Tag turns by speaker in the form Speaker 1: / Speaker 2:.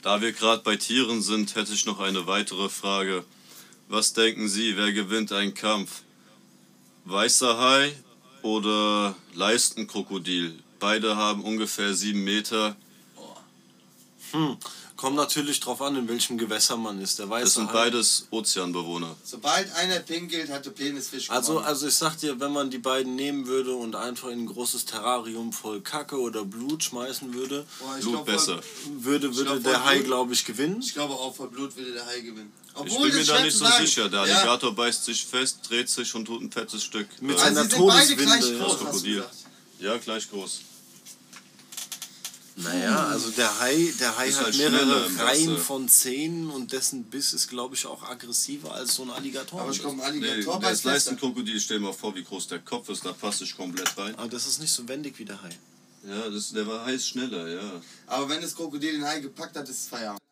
Speaker 1: Da wir gerade bei Tieren sind, hätte ich noch eine weitere Frage. Was denken Sie, wer gewinnt einen Kampf? Weißer Hai oder Leistenkrokodil? Beide haben ungefähr sieben Meter.
Speaker 2: Hm. Kommt natürlich drauf an, in welchem Gewässer man ist. Der halt. weiße
Speaker 1: Das sind
Speaker 2: Hai-
Speaker 1: beides Ozeanbewohner.
Speaker 3: Sobald einer pinkelt, hat der Penisfisch
Speaker 2: Also,
Speaker 3: gewonnen.
Speaker 2: also ich sag dir, wenn man die beiden nehmen würde und einfach in ein großes Terrarium voll Kacke oder Blut schmeißen würde,
Speaker 3: Boah, ich
Speaker 1: Blut
Speaker 3: glaub,
Speaker 1: besser.
Speaker 2: würde, würde
Speaker 3: glaub,
Speaker 2: der
Speaker 3: voll
Speaker 2: Hai,
Speaker 3: gut.
Speaker 2: glaube ich, gewinnen.
Speaker 3: Ich glaube, auch vor Blut würde der Hai gewinnen.
Speaker 1: Ich bin mir
Speaker 3: das
Speaker 1: da
Speaker 3: schwer
Speaker 1: nicht
Speaker 3: zu
Speaker 1: so
Speaker 3: sagen.
Speaker 1: sicher. Der
Speaker 3: Ja.
Speaker 1: Alligator beißt sich fest, dreht sich und tut ein fettes Stück.
Speaker 2: Mit
Speaker 1: äh,
Speaker 2: seiner-
Speaker 3: Also, sie sind beide
Speaker 2: Todeswinde,
Speaker 3: gleich
Speaker 2: ja.
Speaker 3: groß, hast du
Speaker 1: Krokodil.
Speaker 3: gesagt.
Speaker 1: ja, gleich groß.
Speaker 2: Naja, also der Hai, der Hai
Speaker 1: Ist
Speaker 2: hat
Speaker 1: halt schneller
Speaker 2: mehrere
Speaker 1: im
Speaker 2: Reihen
Speaker 1: Wasser.
Speaker 2: von Zähnen und dessen Biss ist, glaube ich, auch aggressiver als so ein Alligator.
Speaker 3: Aber ich komme
Speaker 1: Nee,
Speaker 3: Alligator bei
Speaker 1: das Leistenkrokodil, stell dir mal vor, wie groß der Kopf ist, da passe ich komplett rein.
Speaker 2: Aber das ist nicht so wendig wie der Hai.
Speaker 1: Ja, das, der war heiß schneller, ja.
Speaker 3: Aber wenn das Krokodil den Hai gepackt hat, ist es Feierabend.